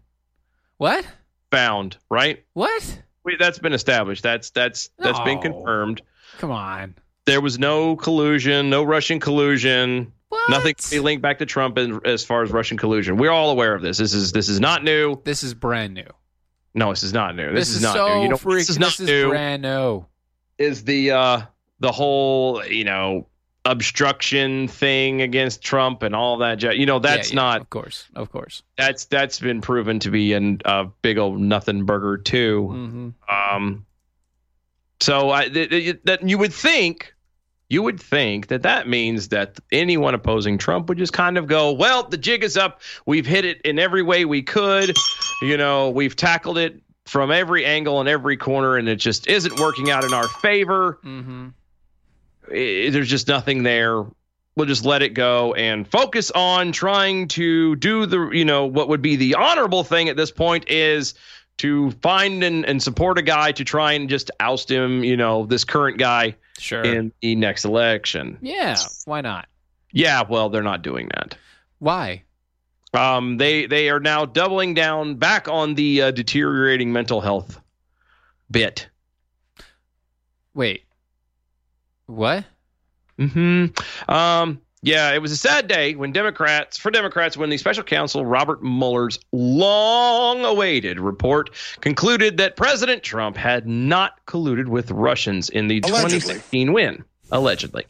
F: What?
E: Found, right?
F: What?
E: Wait, that's been established. That's that's that's been
F: No.
E: confirmed.
F: Come on.
E: There was no collusion, no Russian collusion. Nothing can be linked back to Trump in, as far as Russian collusion. We're all aware of this. This is this is not new.
F: This is brand new.
E: No, this is not new. This,
F: This,
E: is,
F: is,
E: not
F: so
E: new. You know,
F: freaking.
E: this is not new.
F: brand new.
E: is the uh the whole you know obstruction thing against Trump and all that. ju- You know that's
F: yeah,
E: not
F: Of course, of course.
E: that's that's been proven to be an- a big old nothing burger too.
F: Mm-hmm.
E: Um, so I th- th- that you would think, you would think that that means that anyone opposing Trump would just kind of go, well, the jig is up. We've hit it in every way we could. You know, we've tackled it from every angle and every corner, and it just isn't working out in our favor.
F: Mm-hmm.
E: I- there's just nothing there. We'll just let it go and focus on trying to do the, you know, what would be the honorable thing at this point is to find and, and support a guy to try and just oust him, you know, this current guy
F: sure.
E: in the next election.
F: Yeah, why not?
E: Yeah, well, they're not doing that.
F: Why?
E: Um, they they are now doubling down back on the uh, deteriorating mental health bit.
F: Wait. What?
E: Hmm. Um. Yeah, it was a sad day when Democrats, for Democrats, when the special counsel Robert Mueller's long-awaited report concluded that President Trump had not colluded with Russians in the
C: Allegedly.
E: 2016 win, allegedly.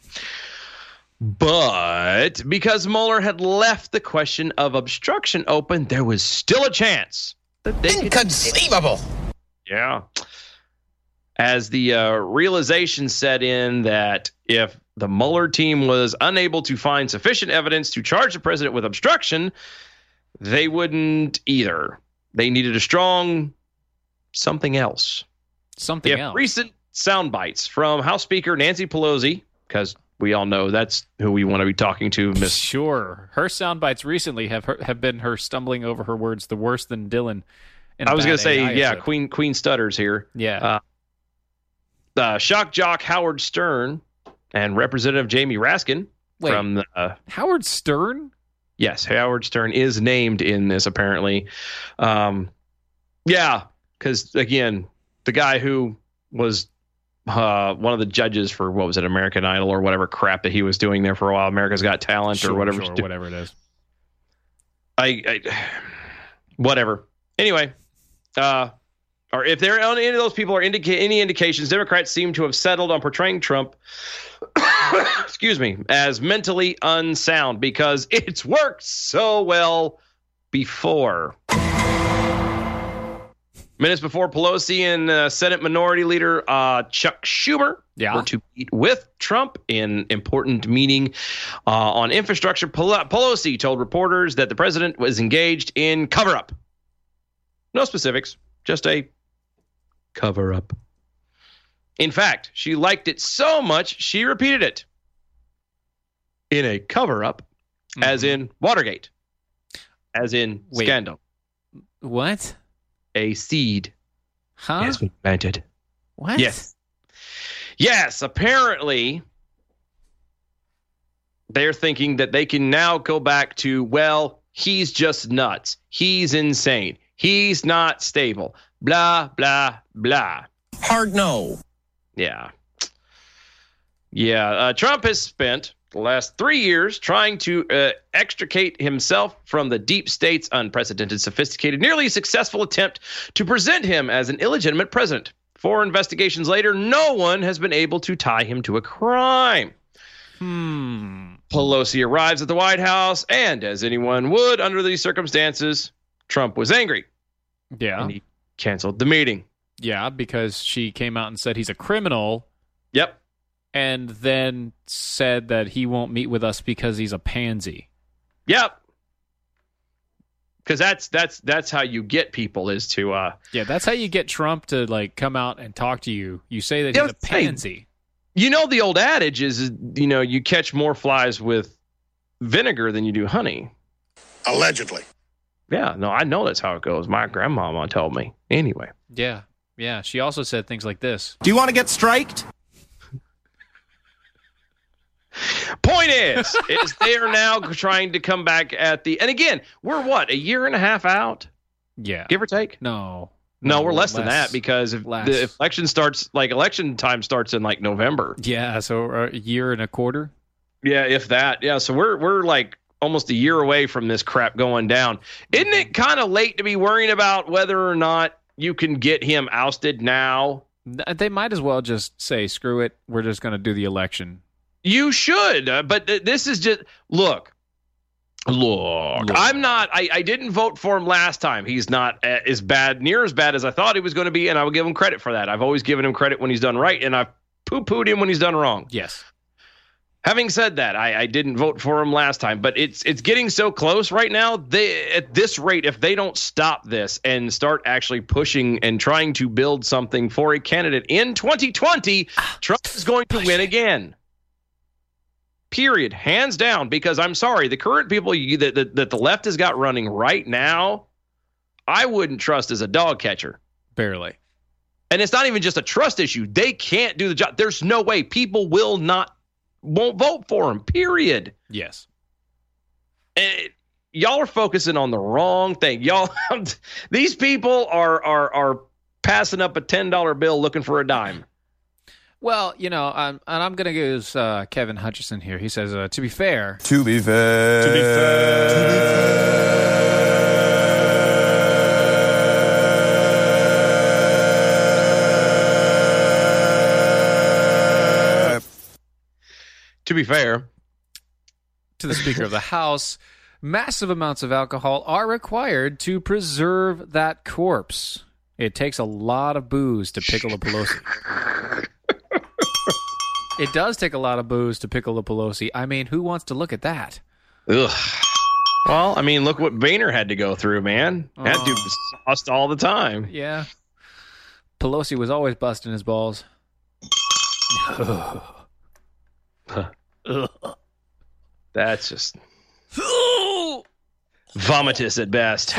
E: But because Mueller had left the question of obstruction open, there was still a chance that they inconceivable. yeah. As the uh, realization set in that if the Mueller team was unable to find sufficient evidence to charge the president with obstruction, they wouldn't either. They needed a strong something else.
F: Something
E: if
F: else.
E: Recent sound bites from House Speaker Nancy Pelosi, because we all know that's who we want to be talking to, Miss
F: Sure. Her sound bites recently have her, have been her stumbling over her words the worse than Dylan. in a
E: I was
F: bad
E: gonna say,
F: AI
E: yeah,
F: episode.
E: Queen Queen Stutters here. Uh,
F: Yeah.
E: uh, shock jock Howard Stern and Representative Jamie Raskin
F: Wait.
E: from the, uh,
F: Howard Stern?
E: yes, Howard Stern is named in this apparently. Um, yeah, because again, the guy who was uh, one of the judges for what was it, American Idol or whatever crap that he was doing there for a while, America's Got Talent
F: Sure,
E: or whatever.
F: sure,
E: do-
F: whatever it is.
E: I, I whatever. Anyway, uh, or if there are any of those people are indica- any indications, Democrats seem to have settled on portraying Trump, excuse me, as mentally unsound because it's worked so well before. Minutes before Pelosi and uh, Senate Minority Leader uh, Chuck Schumer
F: Yeah.
E: were to meet with Trump in important meeting uh, on infrastructure, Pel- Pelosi told reporters that the president was engaged in cover up. No specifics, just a cover up. In fact, she liked it so much she repeated it in a cover up, as in Watergate, as in
F: Mm-hmm. Wait.
E: scandal,
F: What?
E: a seed
F: Huh?
E: has been planted.
F: What?
E: Yes. Yes, apparently they're thinking that they can now go back to, well, he's just nuts. He's insane. He's not stable. Blah, blah, blah.
K: Hard no.
E: Yeah. Yeah. Uh, Trump has spent the last three years trying to uh, extricate himself from the deep state's unprecedented, sophisticated, nearly successful attempt to present him as an illegitimate president. Four investigations later, no one has been able to tie him to a crime.
F: Hmm.
E: Pelosi arrives at the White House, and as anyone would under these circumstances, Trump was angry.
F: Yeah.
E: And he canceled the meeting.
F: Yeah, because she came out and said he's a criminal.
E: Yep.
F: And then said that he won't meet with us because he's a pansy.
E: Yep. Because that's that's that's how you get people is to uh
F: Yeah, that's how you get Trump to like come out and talk to you. You say that
E: Yeah,
F: he's a
E: hey.
F: pansy.
E: you know the old adage is is, you know you catch more flies with vinegar than you do honey.
C: Allegedly.
E: Yeah, no, I know that's how it goes. My grandmama told me. Anyway.
F: Yeah. Yeah. She also said things like this.
C: Do you want to get striked?
E: Point is, is they are now trying to come back at the and again, we're what, a year and a half out,
F: Yeah.
E: give or take?
F: No.
E: No, we're less, than that because if
F: less.
E: the if election starts like election time starts in like November.
F: Yeah, so a year and a quarter.
E: Yeah, if that. Yeah, so we're we're like almost a year away from this crap going down. Isn't it kind of late to be worrying about whether or not you can get him ousted now?
F: Th- They might as well just say, "Screw it, we're just going to do the election."
E: You should, uh, but th- this is just look. Look, I'm not. I, I didn't vote for him last time. He's not a- as bad, near as bad as I thought he was going to be, and I will give him credit for that. I've always given him credit when he's done right, and I've poo pooed him when he's done wrong.
F: Yes.
E: Having said that, I, I didn't vote for him last time, but it's it's getting so close right now. They at this rate, if they don't stop this and start actually pushing and trying to build something for a candidate in 2020, Trump is going to win again. Period, hands down. Because I'm sorry, the current people you, that, that that the left has got running right now, I wouldn't trust as a dog catcher.
F: Barely.
E: And it's not even just a trust issue. They can't do the job. There's no way people will not won't vote for him. Period.
F: Yes.
E: And y'all are focusing on the wrong thing. Y'all these people are are are passing up a $10 bill looking for a dime.
F: Well, you know, um, and I'm going to use uh, Kevin Hutchison here. He says, uh, "To be fair,
C: To be fair. To be fair.
E: To be fair,
F: to the Speaker of the House, massive amounts of alcohol are required to preserve that corpse. It takes a lot of booze to pickle a Pelosi. it does take a lot of booze to pickle a Pelosi. I mean, who wants to look at that?
E: Ugh. Well, I mean, look what Boehner had to go through, man. That
F: Oh.
E: dude was sauced all the time.
F: Yeah. Pelosi was always busting his balls.
E: That's just vomitous at best.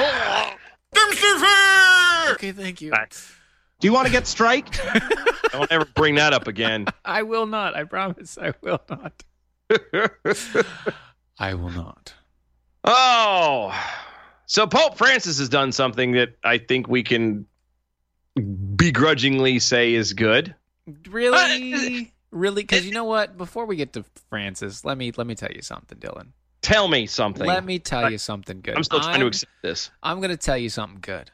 F: Okay, thank you.
E: I-
C: Do you want to get striked?
E: Don't ever bring that up again.
F: I will not. I promise. I will not. I will not.
E: Oh, so Pope Francis has done something that I think we can begrudgingly say is good.
F: Really? Really? Because you know what? Before we get to Francis, let me let me tell you something, Dylan.
E: Tell me something.
F: Let me tell you something good.
E: I'm still trying to
F: I'm-
E: accept this.
F: I'm going to tell you something good.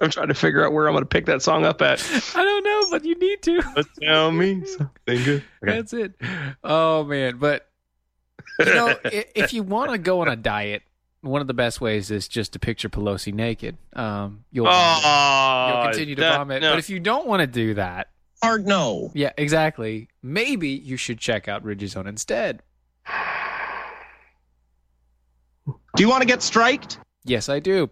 E: I'm trying to figure out where I'm going to pick that song up at.
F: I don't know, but you need to.
E: But tell me something good. Okay.
F: That's it. Oh man, but you know, i- if you want to go on a diet, one of the best ways is just to picture Pelosi naked. Um, you'll vomit.
E: Oh,
F: you'll continue to
E: no,
F: vomit.
E: no.
F: But if you don't want to do that,
C: Hard no.
F: yeah, exactly. Maybe you should check out Ridge Zone instead.
C: Do you want to get striked?
F: Yes, I do.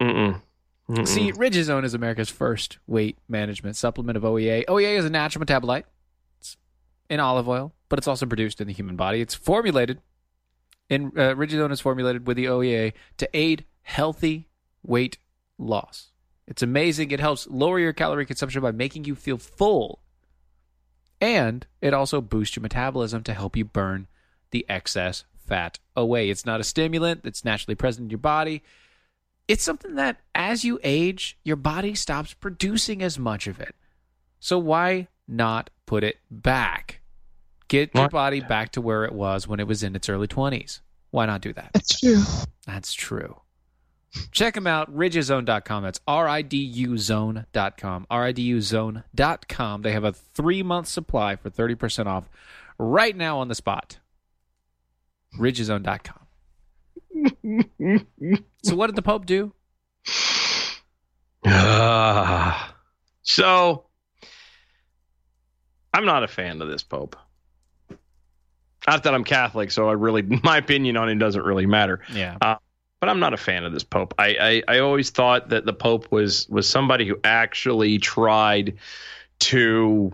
E: Mm-mm. Mm-mm.
F: See, Ridgezone is America's first weight management supplement of OEA. OEA is a natural metabolite. It's in olive oil, but it's also produced in the human body. It's formulated in uh, Ridgezone is formulated with the OEA to aid healthy weight loss. It's amazing. It helps lower your calorie consumption by making you feel full. And it also boosts your metabolism to help you burn the excess fat away. It's not a stimulant, it's naturally present in your body it's something that as you age, your body stops producing as much of it. So why not put it back? Get your
E: What?
F: body back to where it was when it was in its early 20s. Why not do that?
K: That's true.
F: That's true. Check them out, ridgezone.com. That's R I D U zone.com. R I D U zone.com. They have a three month supply for 30% off right now on the spot. Ridgezone.com. so, what did the Pope do?
E: Ah. so I'm not a fan of this Pope. Not that I'm Catholic, so I really my opinion on him doesn't really matter.
F: Yeah.
E: Uh, but I'm not a fan of this Pope. I, I I always thought that the Pope was was somebody who actually tried to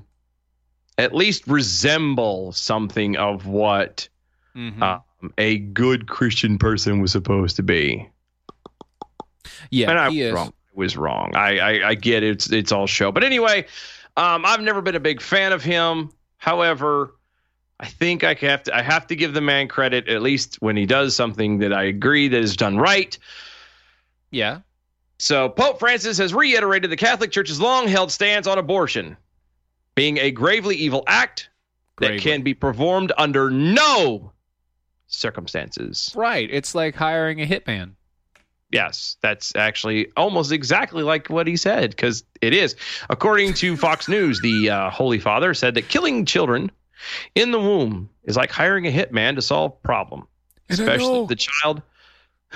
E: at least resemble something of what
F: Mm-hmm. Hmm.
E: um, a good Christian person was supposed to be.
F: Yeah,
E: and I
F: he
E: was
F: is.
E: wrong. I was wrong. I, I I get it. it's it's all show, but anyway, um, I've never been a big fan of him. However, I think I have to I have to give the man credit at least when he does something that I agree that is done right.
F: Yeah.
E: So Pope Francis has reiterated the Catholic Church's long-held stance on abortion being a gravely evil act that can be performed under no circumstances.
F: Right. It's like hiring a hitman.
E: Yes, that's actually almost exactly like what he said, because it is. According to Fox News, the uh, Holy Father said that killing children in the womb is like hiring a hitman to solve a problem,
F: And I
E: especially
F: know-
E: if the child.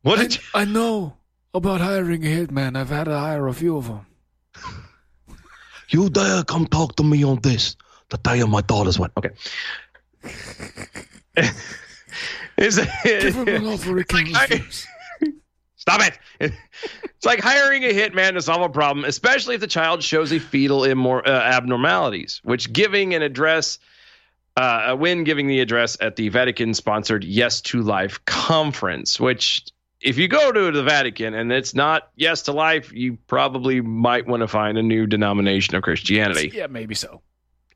E: what did you-
F: I know about hiring a hitman. I've had to hire a few of them.
E: You dare come talk to me on this? The day of my daughter's one. Okay. Is
D: Give him an offer he can't refuse.
E: Stop it. It's like hiring a hitman to solve a problem, especially if the child shows a fetal immor- uh, abnormalities, which giving an address uh, when giving the address at the Vatican sponsored Yes to Life conference, which if you go to the Vatican and it's not Yes to Life, you probably might want to find a new denomination of Christianity.
F: Yeah, maybe so.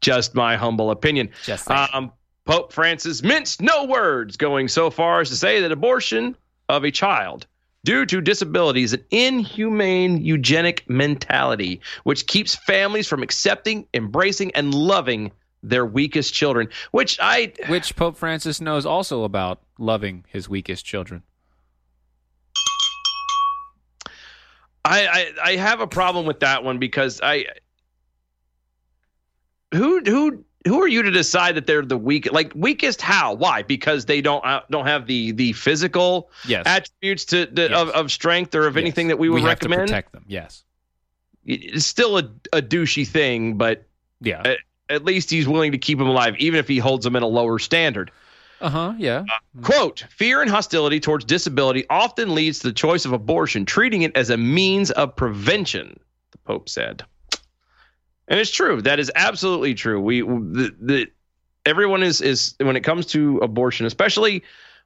E: Just my humble opinion.
F: Just
E: um, Pope Francis minced no words, going so far as to say that abortion of a child due to disability is an inhumane eugenic mentality which keeps families from accepting, embracing, and loving their weakest children. Which I
F: Which Pope Francis knows also about loving his weakest children.
E: I, I I have a problem with that one because I who who who are you to decide that they're the weak like weakest how why because they don't uh, don't have the the physical
F: Yes.
E: attributes to, the, of, of strength or of anything that we would
F: have
E: recommend
F: to protect them. Yes.
E: it's still a, a douchey thing but
F: yeah
E: at, at least he's willing to keep them alive even if he holds them at a lower standard
F: Uh huh. Yeah.
E: Quote, fear and hostility towards disability often leads to the choice of abortion, treating it as a means of prevention, the Pope said. And it's true. That is absolutely true. We the, the everyone is is when it comes to abortion, especially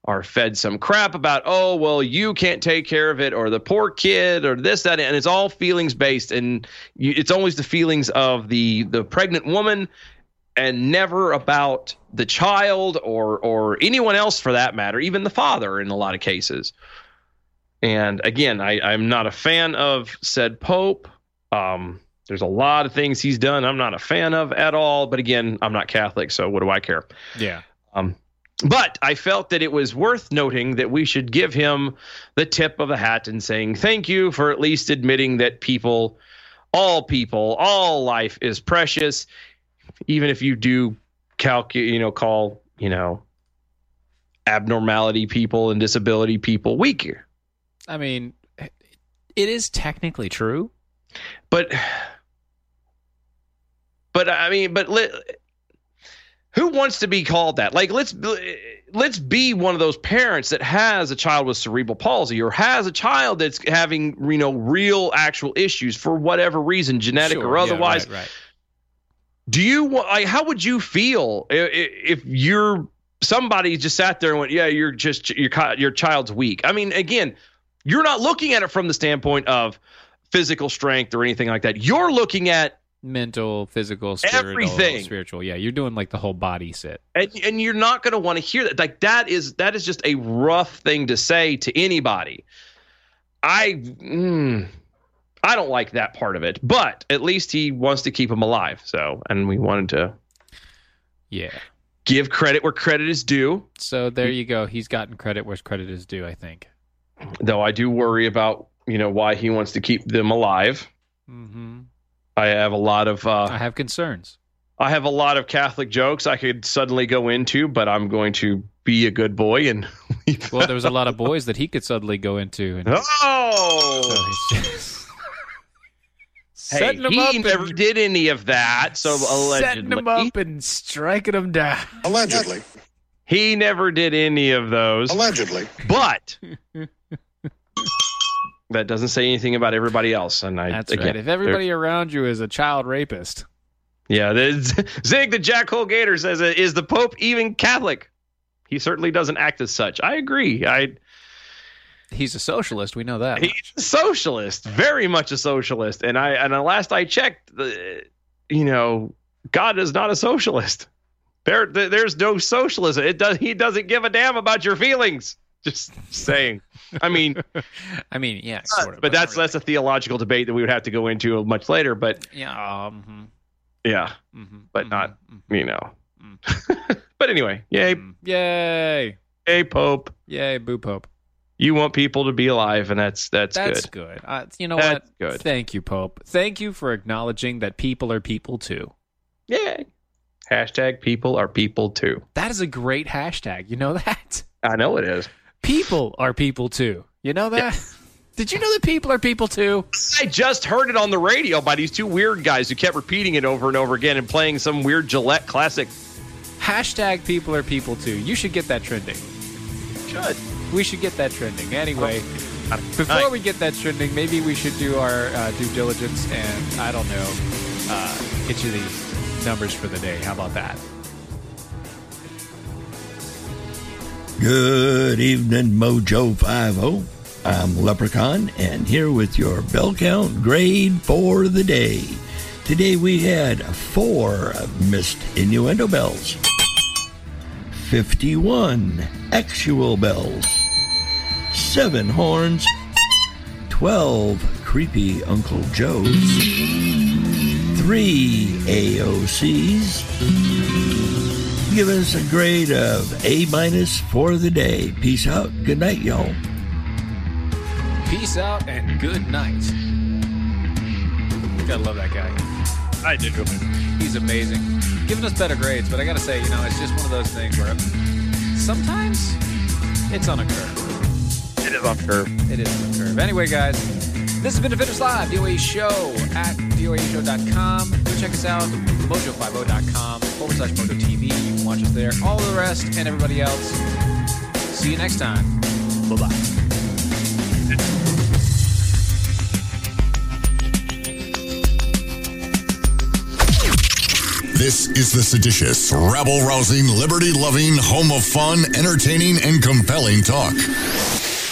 E: are fed some crap about, oh, well, you can't take care of it, or the poor kid, or this, that, and it's all feelings based, and you, it's always the feelings of the the pregnant woman, and never about the child or or anyone else for that matter, even the father in a lot of cases. And again, I, I'm not a fan of said Pope. Um, there's a lot of things he's done I'm not a fan of at all. But again, I'm not Catholic, so what do I care?
F: Yeah.
E: Um, but I felt that it was worth noting that we should give him the tip of the hat and saying thank you for at least admitting that people, all people, all life is precious, even if you do calculate, you know, call, you know, abnormality people and disability people weaker.
F: I mean, it is technically true.
E: But But I mean, but let, who wants to be called that? Like, let's let's be one of those parents that has a child with cerebral palsy or has a child that's having you know real actual issues for whatever reason, genetic
F: Sure,
E: or
F: yeah,
E: otherwise.
F: right, right.
E: Do you wa- like? How would you feel i- i- if you're somebody just sat there and went, "Yeah, you're just your chi- your child's weak." I mean, again, you're not looking at it from the standpoint of physical strength or anything like that. You're looking at
F: mental, physical, spiritual,
E: Everything.
F: spiritual. Yeah, you're doing like the whole body sit.
E: and and you're not going to want to hear that like that is that is just a rough thing to say to anybody i mm, i don't like that part of it but at least he wants to keep him alive so and we wanted to
F: Yeah.
E: give credit where credit is due.
F: So there you go. He's gotten credit where credit is due, I think.
E: Though I do worry about you know why he wants to keep them alive.
F: Mm-hmm.
E: I have a lot of uh,
F: I have concerns.
E: I have a lot of Catholic jokes I could suddenly go into, but I'm going to be a good boy and
F: Well, there was a lot of boys that he could suddenly go into. And
E: oh.
F: So he's just-
E: Hey,
F: setting 'em up
E: he
F: and-
E: never did any of that. So
F: setting
E: allegedly,
F: them up and striking them down.
L: Allegedly.
E: he never did any of those.
L: Allegedly.
E: But that doesn't say anything about everybody else. And I
F: That's
E: again,
F: right. If everybody around you is a child rapist,
E: Yeah, the, Zig the Jackhole Gator says, uh, "Is the Pope even Catholic?" He certainly doesn't act as such. I agree. I
F: he's a socialist. We know that.
E: he's a socialist, very much a socialist, and I and the last I checked, the, you know, God is not a socialist. There, there- there's no socialism. It does. He doesn't give a damn about your feelings. Just saying. I mean,
F: I mean, yeah, sort of.
E: but that's that's a theological debate that we would have to go into much later. But
F: yeah, mm-hmm, um,
E: yeah, but not you know.
F: Mm-hmm.
E: but anyway, yay,
F: yay,
E: yay, Pope.
F: yay, boo pope.
E: You want people to be alive, and that's that's,
F: That's
E: good.
F: good. Uh, you know
E: That's
F: what?
E: good.
F: Thank you, Pope. Thank you for acknowledging that people are people too.
E: Yay. Hashtag people are people too.
F: That is a great hashtag. You know that?
E: I know it is.
F: People are people too. You know that? Did you know that people are people too?
E: I just heard it on the radio by these two weird guys who kept repeating it over and over again and playing some weird Gillette classic.
F: Hashtag people are people too. You should get that trending.
E: Should.
F: We should get that trending. Anyway, before we get that trending, maybe we should do our uh, due diligence and, I don't know, uh, get you the numbers for the day. How about that?
H: Good evening, Mojo 50. I'm Leprechaun and here with your bell count grade for the day. Today we had four missed innuendo bells, 51 actual bells, seven horns, 12 creepy Uncle Joes, three AOCs. Give us a grade of A minus for the day. Peace out. Good night, y'all.
F: Peace out and good night. Gotta love that guy.
E: I do.
F: He's amazing. Giving us better grades, but I gotta say, you know, it's just one of those things where sometimes it's on a curve.
E: It is on curve.
F: It is on curve. Anyway, guys, this has been Defenders Live, DOA Show at DOAShow.com. Go check us out, mojo50.com forward slash mojo TV. You can watch us there. All the rest and everybody else. See you next time. Bye bye.
M: This is the seditious, rabble rousing, liberty loving, home of fun, entertaining, and compelling talk.